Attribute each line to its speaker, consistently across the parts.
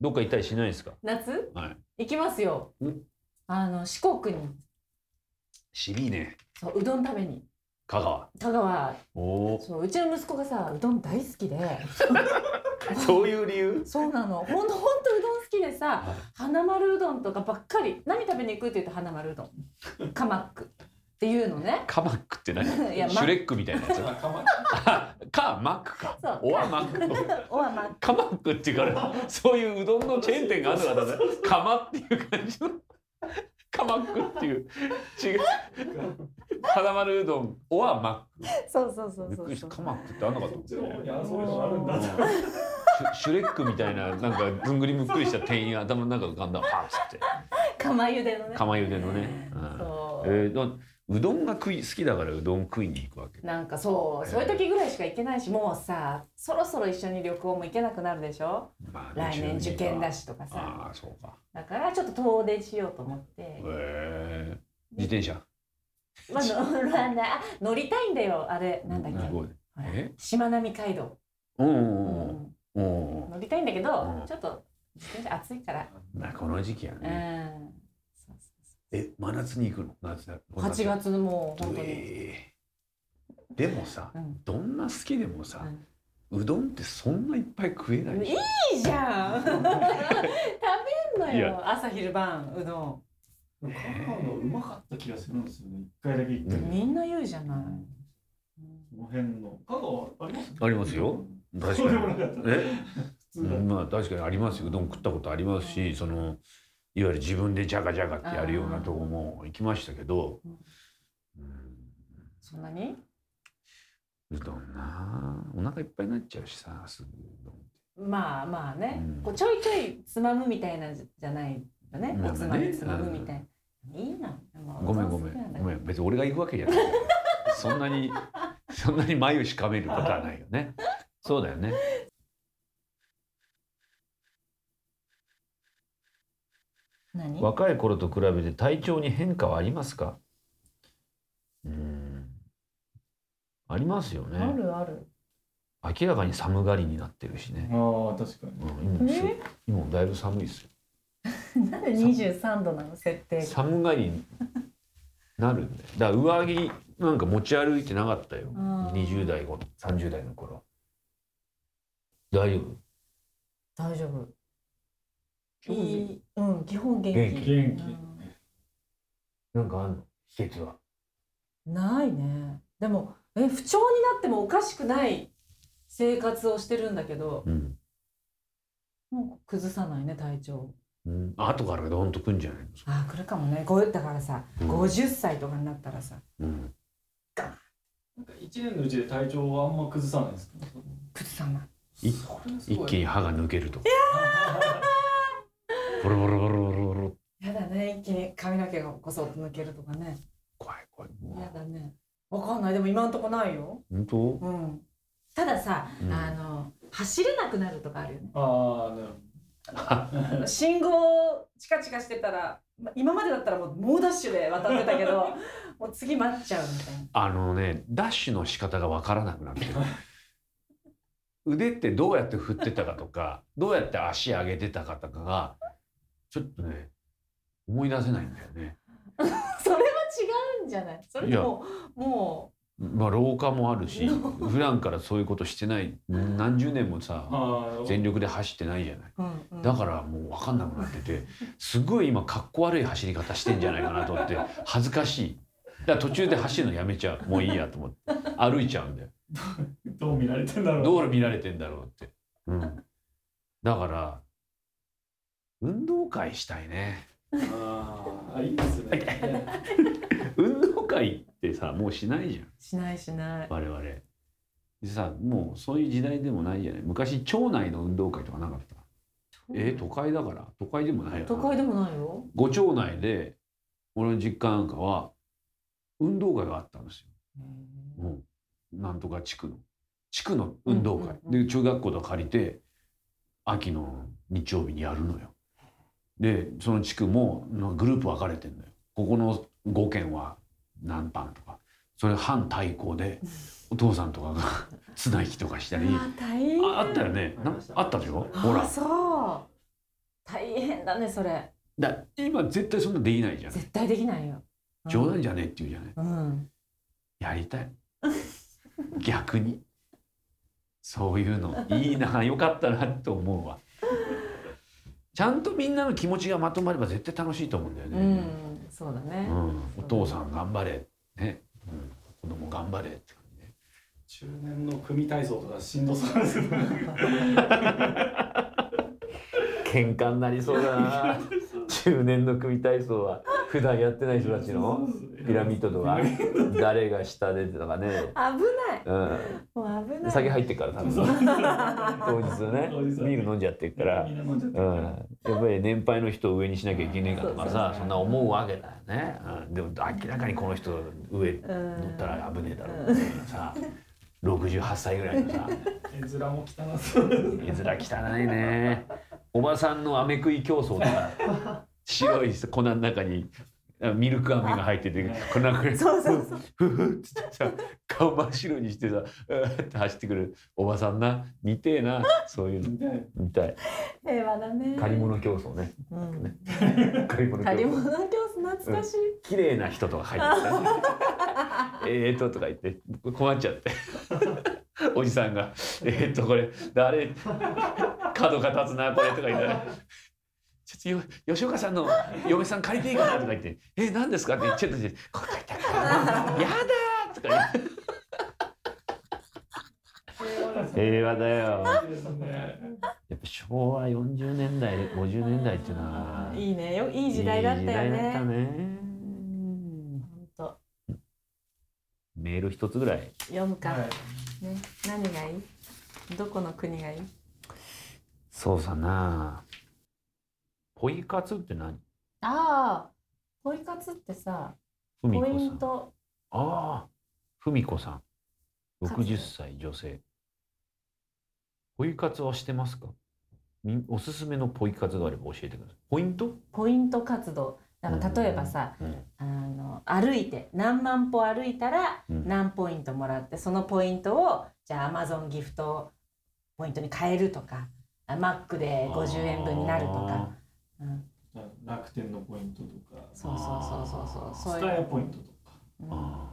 Speaker 1: どっか行ったりしないですか
Speaker 2: 夏
Speaker 1: はい。
Speaker 2: 行きますよ
Speaker 1: うん。
Speaker 2: あの四国に
Speaker 1: 渋いね。
Speaker 2: そううどん食べに
Speaker 1: 香川。
Speaker 2: 香川
Speaker 1: おお。
Speaker 2: そううちの息子がさうどん大好きで
Speaker 1: そういう理由
Speaker 2: そうなのほんとほんとうどん好きでさ
Speaker 1: はい
Speaker 2: 花丸うどんとかばっかり何食べに行くって言うと花丸うどんカマックっていう のね
Speaker 1: カマックって何
Speaker 2: いやま
Speaker 1: シュレックみたいなやつ。あ か、マックか。
Speaker 2: そう
Speaker 1: おわ、マック。
Speaker 2: おはま
Speaker 1: カマックっていうから、そういううどんのチェーン店があるのかだね。カマっていう感じの。カマックっていう。違う。花丸うどん、おわ、マ
Speaker 2: そうそうそ
Speaker 1: ック。
Speaker 2: う
Speaker 1: びっ
Speaker 2: そ
Speaker 1: く
Speaker 2: う
Speaker 1: りした。
Speaker 2: そう
Speaker 1: カマックってあんなかったもん。
Speaker 2: うん
Speaker 1: シュシュレックみたいな、なんかずんぐりむっくりした店員が頭の中浮かんだ、パンつって。
Speaker 2: 釜茹でのね
Speaker 1: 釜茹でのね。うん
Speaker 2: そう、
Speaker 1: えー、だうどんが食い好きだからうどん食いに行くわけ。
Speaker 2: なんかそうそういう時ぐらいしか行けないしもうさそろそろ一緒に旅行も行けなくなるでしょ
Speaker 1: まね
Speaker 2: 来年受験だ
Speaker 1: し。
Speaker 2: しとかさ
Speaker 1: ああそうか。
Speaker 2: だからちょっと遠出しようと思って
Speaker 1: へ、え自転車。
Speaker 2: まあ、乗らないあ乗りたいんだよあれなんだっけ、
Speaker 1: す
Speaker 2: ほ
Speaker 1: ごい。
Speaker 2: ら
Speaker 1: え
Speaker 2: しまなみ海道、
Speaker 1: うん
Speaker 2: う
Speaker 1: うんうん
Speaker 2: ん、
Speaker 1: うんうん。
Speaker 2: 乗りたいんだけど、
Speaker 1: うん
Speaker 2: ちょっと自転車暑いから、
Speaker 1: なこの時期や
Speaker 2: う
Speaker 1: ね。
Speaker 2: んそうそ
Speaker 1: え真夏に行くの？夏だ。
Speaker 2: うそう8月のもう本当に、
Speaker 1: えーでもさ、
Speaker 2: うん
Speaker 1: どんな好きでもさ、
Speaker 2: うん
Speaker 1: うどんってそんないっぱい食えないでしょ。
Speaker 2: いいじゃん 食べんの
Speaker 1: い
Speaker 2: よ
Speaker 1: や
Speaker 2: 朝昼晩うどん
Speaker 3: うまかった気がするんですよね。一回だけ行って。
Speaker 2: みんな言うじゃない、うん
Speaker 3: この辺の。香川あります
Speaker 1: ありますよ。確
Speaker 3: そうでも
Speaker 1: か
Speaker 3: な
Speaker 1: に。
Speaker 3: かった。
Speaker 1: え？
Speaker 3: 普通だ
Speaker 1: うんまあ確かにありますようどん食ったことありますしそのいわゆる自分でジャガジャガってやるようなとこも行きましたけど
Speaker 2: うん、
Speaker 1: うん、
Speaker 2: そんなに
Speaker 1: うどんなあお腹いっぱいになっちゃうしさすぐうどん
Speaker 2: まあまあね、
Speaker 1: うん
Speaker 2: こうちょいちょいつまむみたいなんじゃないよね、
Speaker 1: まあね
Speaker 2: おつまみつまむみたいな、いいなもう
Speaker 1: ごめんごめ
Speaker 2: お雑
Speaker 1: ん
Speaker 2: 炊
Speaker 1: ごめ
Speaker 2: なん
Speaker 1: 別に俺が行くわけじゃない からそんなにそんなに眉しかめることはないよねそうだよね
Speaker 2: 何
Speaker 1: 若い頃と比べて体調に変化はありますかうんありますよ
Speaker 2: あ
Speaker 1: ね
Speaker 2: るある
Speaker 1: 明らかに寒がりになってるしね
Speaker 3: ああ確かに。
Speaker 1: うん今もす
Speaker 2: え
Speaker 1: 今もだいぶ寒いですよ。
Speaker 2: なんで23度なの設定
Speaker 1: 寒がりになるんだよ。だから上着なんか持ち歩いてなかったよ。
Speaker 2: あー
Speaker 1: 20代後、30代の頃。大丈夫
Speaker 2: 大丈夫
Speaker 1: 基本元
Speaker 2: いいうん基本元気
Speaker 1: 元気
Speaker 3: 元
Speaker 1: なんかあんの秘訣は。
Speaker 2: うんないねでもえ不調になってもおかしくない生活をしてるんだけど
Speaker 1: うん。
Speaker 2: もう崩さないね体調
Speaker 1: うん、後からドンとくんじゃないの
Speaker 2: ああ来るかもねこうだからさ、
Speaker 1: うん
Speaker 2: 50歳とかになったらさ
Speaker 1: うん。
Speaker 3: なんか一年のうちで体調はあんま崩さないですか。
Speaker 2: 崩さない
Speaker 1: い一 気に歯が抜けるとか。ボロボロボロボロボロ。
Speaker 2: やだね一気に髪の毛がこそっと抜けるとかね
Speaker 1: 怖い怖い。
Speaker 2: や
Speaker 1: も
Speaker 2: だねわかんないでも今んとこないよ
Speaker 1: う本当
Speaker 2: うんたださ、
Speaker 1: うん
Speaker 2: あの走れなくなるとかあるよね
Speaker 3: ああなる
Speaker 2: 信号チカチカしてたらま今までだったらもう猛ダッシュで渡ってたけ どもう次待っちゃうみたいな
Speaker 1: あのね、ダッシュの仕方がわからなくなって る。腕ってどうやって振ってたかとか、どうやって足上げてたかとかが、ちょっとね、思い出せないんだよね。
Speaker 2: それは違うんじゃないそれでもも
Speaker 1: まあ老化もある し、普段からそういうことしてない、何十年も
Speaker 3: ほど。
Speaker 1: さ、
Speaker 3: ああ。
Speaker 1: 全力で走ってないじゃない。
Speaker 2: う、うんうん
Speaker 1: だからもう分かんなくなってて、すごい今かっこ悪い走り方してんじゃないかなと思って、恥ずかしい。だから途中で走るのやめちゃう。もういいやと思って、歩いちゃうんだよ。
Speaker 3: どう見られてんだろう。
Speaker 1: どう見られてんだろうって。うん、だから、運動会したいね。
Speaker 3: ああいいですね。
Speaker 1: 運動会ってさ、もうしないじゃん、
Speaker 2: しないしない
Speaker 1: 我々。でさ、もうそういう時代でもないじゃない。昔、町内の運動会とかなかった。えー、都会だから都会でもないよな。
Speaker 2: 都会でもないよ
Speaker 1: ご町内で、俺の実家なんかは、運動会があったんですよ。もうん、なんとか地区の。地区の運動会。
Speaker 2: うんうんう
Speaker 1: で、中学校とか借りて、秋の日曜日にやるのよ。でその地区もなグループ分かれてんだよここの5軒は何班とかそれ反対抗でお父さんとかが 綱引きとかしたり
Speaker 2: うわ大変
Speaker 1: ああったよねなあったでしょほ
Speaker 2: あ
Speaker 1: ら
Speaker 2: そうだねそれ
Speaker 1: だ今絶対そんなできないじゃん
Speaker 2: 絶対できないよ、うん
Speaker 1: 冗談じゃねえって言うじゃない
Speaker 2: うん
Speaker 1: やりたい逆にそういうのいいなよかったなって思うわちゃんとみんなの気持ちがまとまれば絶対楽しいと思うんだよ
Speaker 2: う
Speaker 1: ね、
Speaker 2: んそうだね、
Speaker 1: うんお父さん頑張れね、うん、子供頑張れって感じね
Speaker 3: 中年の組体操とかしんどそうですね
Speaker 1: 喧嘩になりそうだな 中年の組体操は普段やってない人たちのピラミッドとか誰が下でとかね、
Speaker 2: 危ない
Speaker 1: うん、
Speaker 2: もう危ない
Speaker 1: 酒入ってっから多分
Speaker 3: そうですね
Speaker 1: 当日はね
Speaker 3: 当日は
Speaker 1: ビール飲んじゃってるから
Speaker 3: みんな飲んじゃって
Speaker 1: う
Speaker 3: る
Speaker 1: ん
Speaker 3: か、
Speaker 1: やっぱり年配の人を上にしなきゃいけねえかとか
Speaker 2: そうそう
Speaker 1: さ
Speaker 2: そう
Speaker 1: そんな思うわけだよね、うん、でも明らかにこの人上乗ったら危ねえだろうっていうさ68歳ぐらいのさ
Speaker 3: ら絵面も汚そうですね
Speaker 1: 絵面汚いねおばさんの飴食い競争とか白い粉の中にあミルク飴が入ってて粉くれ
Speaker 2: そうそうそ
Speaker 1: ふ
Speaker 2: う
Speaker 1: ふっつってさ顔真っ白にしてさうーって走ってくるおばさんな似てえなそういうの
Speaker 3: みたい
Speaker 1: 見たい
Speaker 2: 平和だね
Speaker 1: 借り物競争ね
Speaker 2: うん
Speaker 1: 借り物競
Speaker 2: 借り物
Speaker 1: 争
Speaker 2: 教室懐かしい、
Speaker 1: 綺麗な人とか入ってたね えーととか言って困っちゃっておじさんが「えーとこれ誰角が立つなこれ」とか言ったら「ちょっとよ吉岡さんの嫁さん借りていいかな」とか言って「えー、何ですか?」って言っちゃったし「これ借りたからやだ!」とか言って平和だよ
Speaker 3: なですね
Speaker 1: やっぱ昭和40年代50年代っていうのはい
Speaker 2: いねよいい時代だったよ
Speaker 1: いい時代だった
Speaker 2: ね
Speaker 1: ね
Speaker 2: 本当
Speaker 1: メール一つぐらい
Speaker 2: 読むか、
Speaker 3: はい
Speaker 2: ね何がいいどこの国がいい
Speaker 1: そうさなポイ活って何
Speaker 2: ああポイ活ってさ
Speaker 1: ふみ
Speaker 2: ポ
Speaker 1: こ
Speaker 2: イ
Speaker 1: さ
Speaker 2: ン
Speaker 1: ん
Speaker 2: ト
Speaker 1: ああふみこさん
Speaker 2: 活
Speaker 1: 60歳女性ポイ活はしてますかみおすすめのポイ活があれば教えてくださいポイント、
Speaker 2: ポイント活動なんか例えばさ、
Speaker 1: うん
Speaker 2: あの歩いて何万歩歩いたら
Speaker 1: うん
Speaker 2: 何ポイントもらって、そのポイントをじゃあアマゾンギフトポイントに変えるとかあマックで50円分になるとか、うん、
Speaker 3: 楽天のポイントとか
Speaker 2: そうそうそうそうそう
Speaker 3: ス
Speaker 2: そう
Speaker 3: タ
Speaker 2: いう
Speaker 3: ヤポイントとか
Speaker 1: あ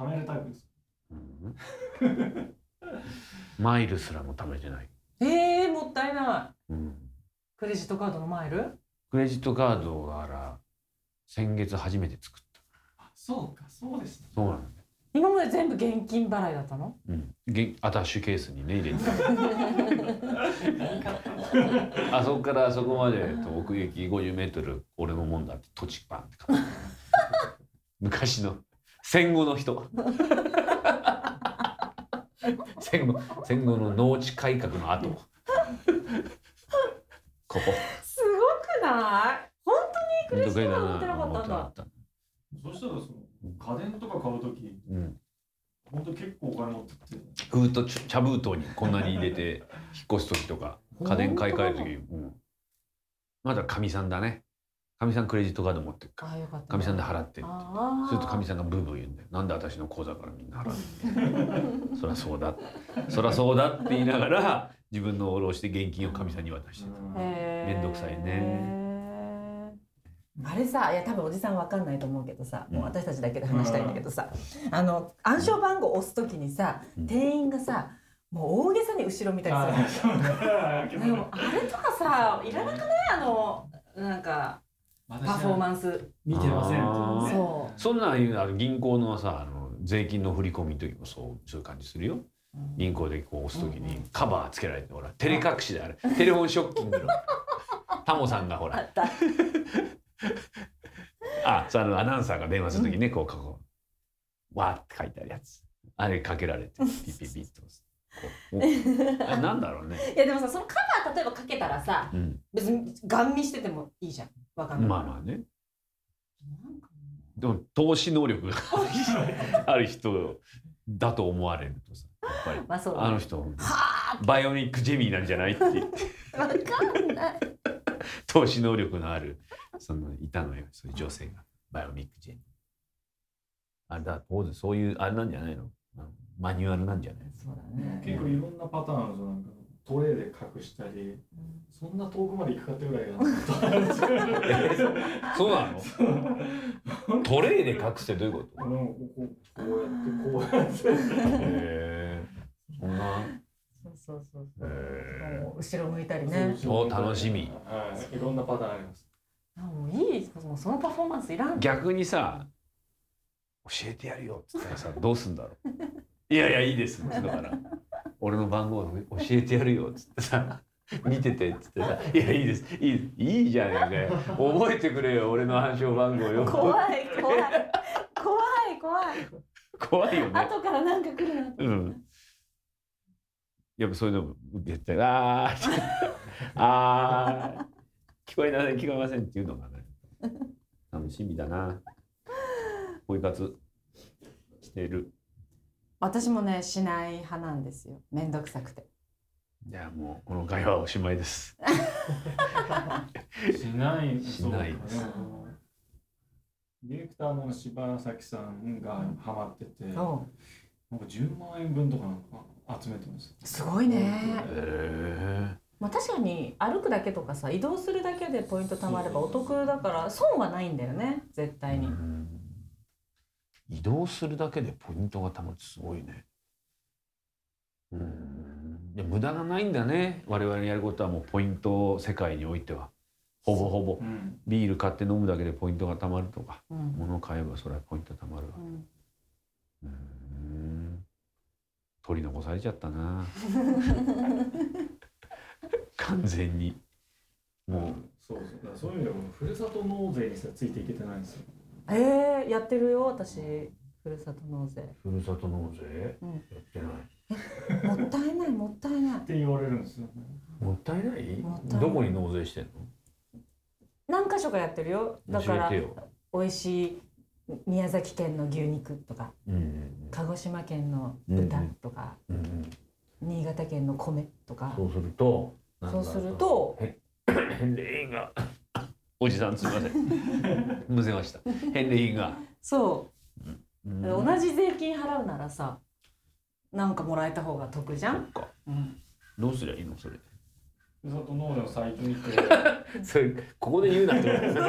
Speaker 1: ー
Speaker 2: うん
Speaker 1: あ
Speaker 3: 貯めるタイプです
Speaker 1: ーうん マイルすらも貯めてない、
Speaker 2: えー、もったいない
Speaker 1: うん
Speaker 2: クレジットカードのマイル
Speaker 1: クレジットカードがあら先月初めて作った
Speaker 3: あそうかそうでした
Speaker 1: そうなんだよ
Speaker 2: 今まで全部現金払いだった の
Speaker 1: うん、げアタッシュケースにね入れてあそこからあそこまで、えっと、奥行き50メートル俺のもんだって土地パンって買った昔の戦後の人戦後戦後の農地改革の後ここ
Speaker 2: すごくない本当にクレジットカード持ってなかったんだ
Speaker 1: たんだ、
Speaker 3: そしたらその家電とか買うとき
Speaker 1: うん、
Speaker 3: 本当結構お金持って って
Speaker 1: 封筒ちょ茶封筒にこんなに入れて引っ越す時とか家電買い替える時、うん、まだかみさんだねかみさんクレジットカード持ってる
Speaker 2: ああよかった
Speaker 1: かみさんで払ってる
Speaker 2: ああ
Speaker 1: するとかみさんがブーブー言うんだよなんで私の口座からみんな払うんだよそりゃそうだそりゃそうだって言いながら自分の下ろして現金をかみさんに渡してた
Speaker 2: め
Speaker 1: めんどくさいね
Speaker 2: あれさいや多分おじさんわかんないと思うけどさ、もう私たちだけで話したいんだけどさ、あの暗証番号を押すときにさ、
Speaker 1: うん
Speaker 2: 店員がさもう大げさに後ろ見たりするでも
Speaker 3: パ
Speaker 2: あれとかさいらなくないあのなんかパフォー
Speaker 3: ン
Speaker 2: マンス
Speaker 3: 見てません
Speaker 1: あー
Speaker 2: そ
Speaker 1: そんなんいうのあの銀行のさあの税金の振り込みの時もそうそういう感じするよ
Speaker 2: う、うん
Speaker 1: 銀行でこう押す時
Speaker 2: う
Speaker 1: にカバーつけられてほら照れ隠しであれテレフォンショッキングのタモさんがほ
Speaker 2: あ
Speaker 1: ら
Speaker 2: った
Speaker 1: あそのアナウンサーが電話する時にねこうこうわーって書いてあるやつあれかけられてピッピッピッと押 すこうおあなんだろうね
Speaker 2: いやでもさそのカバー例えばかけたらさ
Speaker 1: うん
Speaker 2: 別にガン見しててもいいじゃんわかんない、
Speaker 1: まあまあね
Speaker 2: なんか
Speaker 1: でも投資能力が ある人だと思われるとさやっぱり
Speaker 2: まあそうだ
Speaker 1: あ
Speaker 2: ね
Speaker 1: の人
Speaker 2: は
Speaker 1: バイオニックジェミーなんじゃないって
Speaker 2: あ わかんない
Speaker 1: 投資能力のあるそのいたのよそういう女性がバイオニックジェミーあれだポーズそういうあれなんじゃないのあのマニュアルなんじゃない
Speaker 2: そうだ
Speaker 3: 結構いろんなパターンあるじゃんなんかトレーで隠したり
Speaker 2: うん
Speaker 3: そんな遠くまで行くかってぐらいや った
Speaker 1: そうなのトレイで隠してどういうこと
Speaker 3: うんこここうやってこうやって
Speaker 1: へえそんな
Speaker 2: そうそうそう
Speaker 1: へえ
Speaker 2: もう後ろ向いたりね。
Speaker 1: お楽しみ
Speaker 3: はいいろんなパターンあります
Speaker 2: あもういいもうそのパフォーマンスいらん。
Speaker 1: 逆にさ教えてやるよっつったらさどうすんだろ ういやいやいいですだから俺の番号教えてやるよっつってさ見ててっつってさ「いやいいですいいいいじゃんよね覚えてくれよ俺の暗証番号よ」
Speaker 2: 怖い怖い怖い怖い。
Speaker 1: 怖いよね。
Speaker 2: 後からなんか来るなって。
Speaker 1: うん。やっぱそういうのも絶対あーってあー聞こえない聞こえませんっていうのがね楽しみだな。ポイ活してる。
Speaker 2: 私もねしない派なんですよ。めんどくさくて。
Speaker 1: じゃあもうこの会話はおしまいです。
Speaker 3: しない
Speaker 1: しない
Speaker 3: そうかねディレクターの柴崎さんがハマってて、なんか
Speaker 2: お
Speaker 3: 10万円分とかなんか集めてます。
Speaker 2: すごいね。
Speaker 1: えー、
Speaker 2: まあ確かに歩くだけとかさ移動するだけでポイント貯まればお得だから損はないんだよね絶対に。
Speaker 1: うん移動するだけでポイントがたまってすごいね。うん。で無駄がないんだね。我々のやることはもうポイント世界においてはほぼほぼ。
Speaker 3: うん。
Speaker 1: ビール買って飲むだけでポイントがたまるとか
Speaker 2: うん
Speaker 1: 物を買えばそれはポイントたまるわ
Speaker 2: うん
Speaker 1: うーん取り残されちゃったな完全にも
Speaker 3: そうそう。だからそういう意味でもふるさと納税にさついていけてないんですよ。
Speaker 2: えー、やってるよ私ふるさと納税。
Speaker 1: うふるさと納税
Speaker 2: うん
Speaker 1: やってない
Speaker 2: もったいないもったいない
Speaker 3: っ。て言われるんですよね。
Speaker 1: もったいない
Speaker 2: もったいない
Speaker 1: どこに納税してん
Speaker 2: 何箇所かやってるよ。だ
Speaker 1: の
Speaker 2: か
Speaker 1: 教え
Speaker 2: ら
Speaker 1: て
Speaker 2: 美
Speaker 1: よ、
Speaker 2: 味しい宮崎県の牛肉とか
Speaker 1: うんうん
Speaker 2: 鹿児島県の豚とか、
Speaker 1: うんうんうん、
Speaker 2: 新潟県の米とか
Speaker 1: そうするとなん
Speaker 2: そ
Speaker 1: か
Speaker 2: うすると
Speaker 1: 返礼品がおじさんすみませんむせました返礼品が、
Speaker 2: そうう、
Speaker 1: ん
Speaker 2: 同じ税金払うならさなんかもらえた方が得じゃ
Speaker 1: そ
Speaker 2: ん、
Speaker 1: っか
Speaker 2: うん、
Speaker 1: どうすりゃいいのそ れ
Speaker 3: ふるさと納税のサイトに行って
Speaker 1: それここで言うなってこと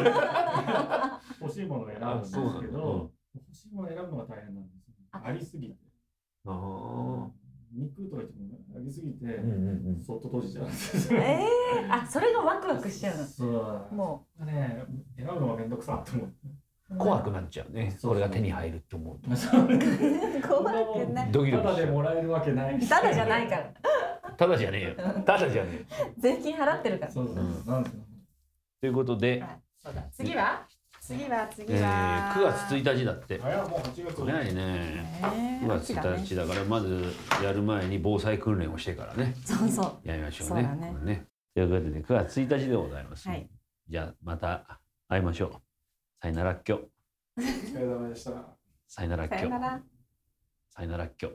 Speaker 3: 欲しいものを選ぶんですけど、欲しいものを選ぶのが大変なんですよ。
Speaker 2: あ
Speaker 3: ありすぎて。
Speaker 1: ああ
Speaker 3: 肉とか言ってもありすぎて、
Speaker 1: うんうん
Speaker 3: そっと閉じちゃうんですよ。
Speaker 2: ええあそれがワクワクしちゃう
Speaker 3: そう
Speaker 2: のも
Speaker 3: ね選ぶのがめんどくさって思って。
Speaker 1: う
Speaker 2: う
Speaker 1: ん怖く
Speaker 2: く
Speaker 1: なっちゃうね
Speaker 3: そうそう
Speaker 1: これが手に入るって思うと
Speaker 2: 怖くない
Speaker 1: ドキド
Speaker 3: た
Speaker 1: キしち
Speaker 3: だで
Speaker 1: ゃ
Speaker 3: もらえるわけない。
Speaker 2: ただじゃないから
Speaker 1: うただじゃねえよただじゃねえよ
Speaker 2: 税金払ってるから
Speaker 3: そうそうそう
Speaker 1: うん
Speaker 3: なんですよ。
Speaker 1: ということで、
Speaker 2: はいそうだ次は次は次
Speaker 1: えー、
Speaker 2: は、
Speaker 1: 9月1日だって
Speaker 3: 早いもう8月。
Speaker 1: 早いね9月
Speaker 2: だね
Speaker 1: 1日だからまずやる前に防災訓練をしてからね
Speaker 2: そうそう
Speaker 1: やりましょう
Speaker 2: そう
Speaker 1: ね
Speaker 2: だね
Speaker 1: これということで9月1日でございます、
Speaker 2: はい
Speaker 1: じゃあまた会いましょうさよならっきょ
Speaker 3: お疲れ様でした。
Speaker 1: さよならっ
Speaker 2: さ
Speaker 1: きょ
Speaker 2: よなら
Speaker 1: さよならっきょ